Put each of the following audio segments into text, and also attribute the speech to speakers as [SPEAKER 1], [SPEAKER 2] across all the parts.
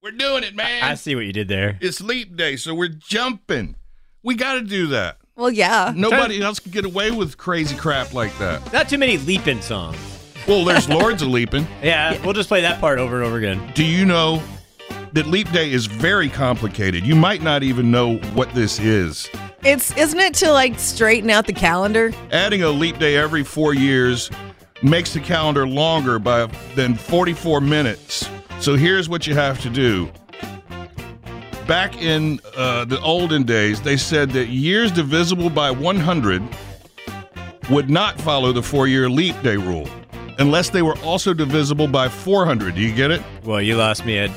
[SPEAKER 1] We're doing it, man.
[SPEAKER 2] I see what you did there.
[SPEAKER 1] It's leap day, so we're jumping. We got to do that.
[SPEAKER 3] Well, yeah.
[SPEAKER 1] Nobody else can get away with crazy crap like that.
[SPEAKER 2] Not too many leaping songs.
[SPEAKER 1] Well, there's Lords of Leaping.
[SPEAKER 2] Yeah, we'll just play that part over and over again.
[SPEAKER 1] Do you know that Leap Day is very complicated? You might not even know what this is.
[SPEAKER 3] It's isn't it to like straighten out the calendar?
[SPEAKER 1] Adding a leap day every four years makes the calendar longer by than 44 minutes. So here's what you have to do. Back in uh, the olden days, they said that years divisible by 100 would not follow the four year leap day rule unless they were also divisible by 400. Do you get it?
[SPEAKER 2] Well, you lost me at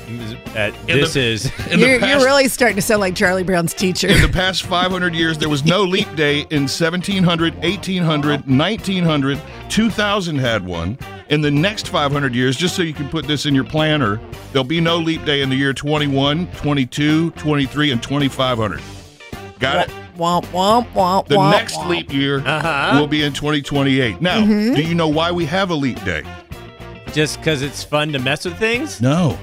[SPEAKER 2] at
[SPEAKER 1] In
[SPEAKER 2] this
[SPEAKER 1] the-
[SPEAKER 2] is
[SPEAKER 1] In the
[SPEAKER 3] you're,
[SPEAKER 1] past-
[SPEAKER 3] you're really starting to sound like Charlie Brown's teacher.
[SPEAKER 1] In the past 500 years, there was no leap day in 1700, 1800, 1900, 2000 had one. In the next 500 years, just so you can put this in your planner, there'll be no leap day in the year 21, 22, 23, and 2500. Got it?
[SPEAKER 3] womp womp womp.
[SPEAKER 1] The
[SPEAKER 3] womp,
[SPEAKER 1] next
[SPEAKER 3] womp.
[SPEAKER 1] leap year
[SPEAKER 2] Uh-huh.
[SPEAKER 1] will be in 2028. Now, do you know why we have a leap day?
[SPEAKER 2] just because it's fun to mess with things.
[SPEAKER 1] No.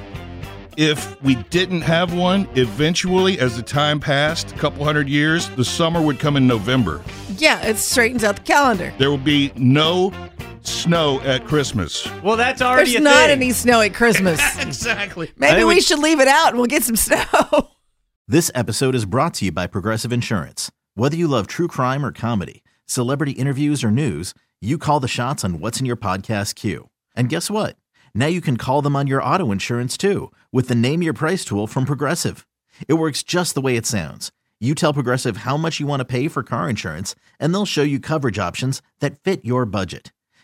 [SPEAKER 1] If we didn't have one, eventually, as the time passed, a couple hundred years, the summer would come in November.
[SPEAKER 3] Yeah, it straightens out the calendar.
[SPEAKER 1] There will be no snow at Christmas.
[SPEAKER 2] Well, that's already
[SPEAKER 3] There's
[SPEAKER 2] a
[SPEAKER 3] not
[SPEAKER 2] thing.
[SPEAKER 3] any snow at Christmas.
[SPEAKER 1] Exactly.
[SPEAKER 2] I
[SPEAKER 3] Maybe
[SPEAKER 2] think
[SPEAKER 3] we
[SPEAKER 2] we-
[SPEAKER 3] should leave it out and we'll get some snow.
[SPEAKER 4] This episode is brought to you by Progressive Insurance. Whether you love true crime or comedy, celebrity interviews or news, you call the shots on what's in your podcast queue. And guess what? Now you can call them on your auto insurance too with the Name Your Price tool from Progressive. It works just the way it sounds. You tell Progressive how much you want to pay for car insurance, and they'll show you coverage options that fit your budget.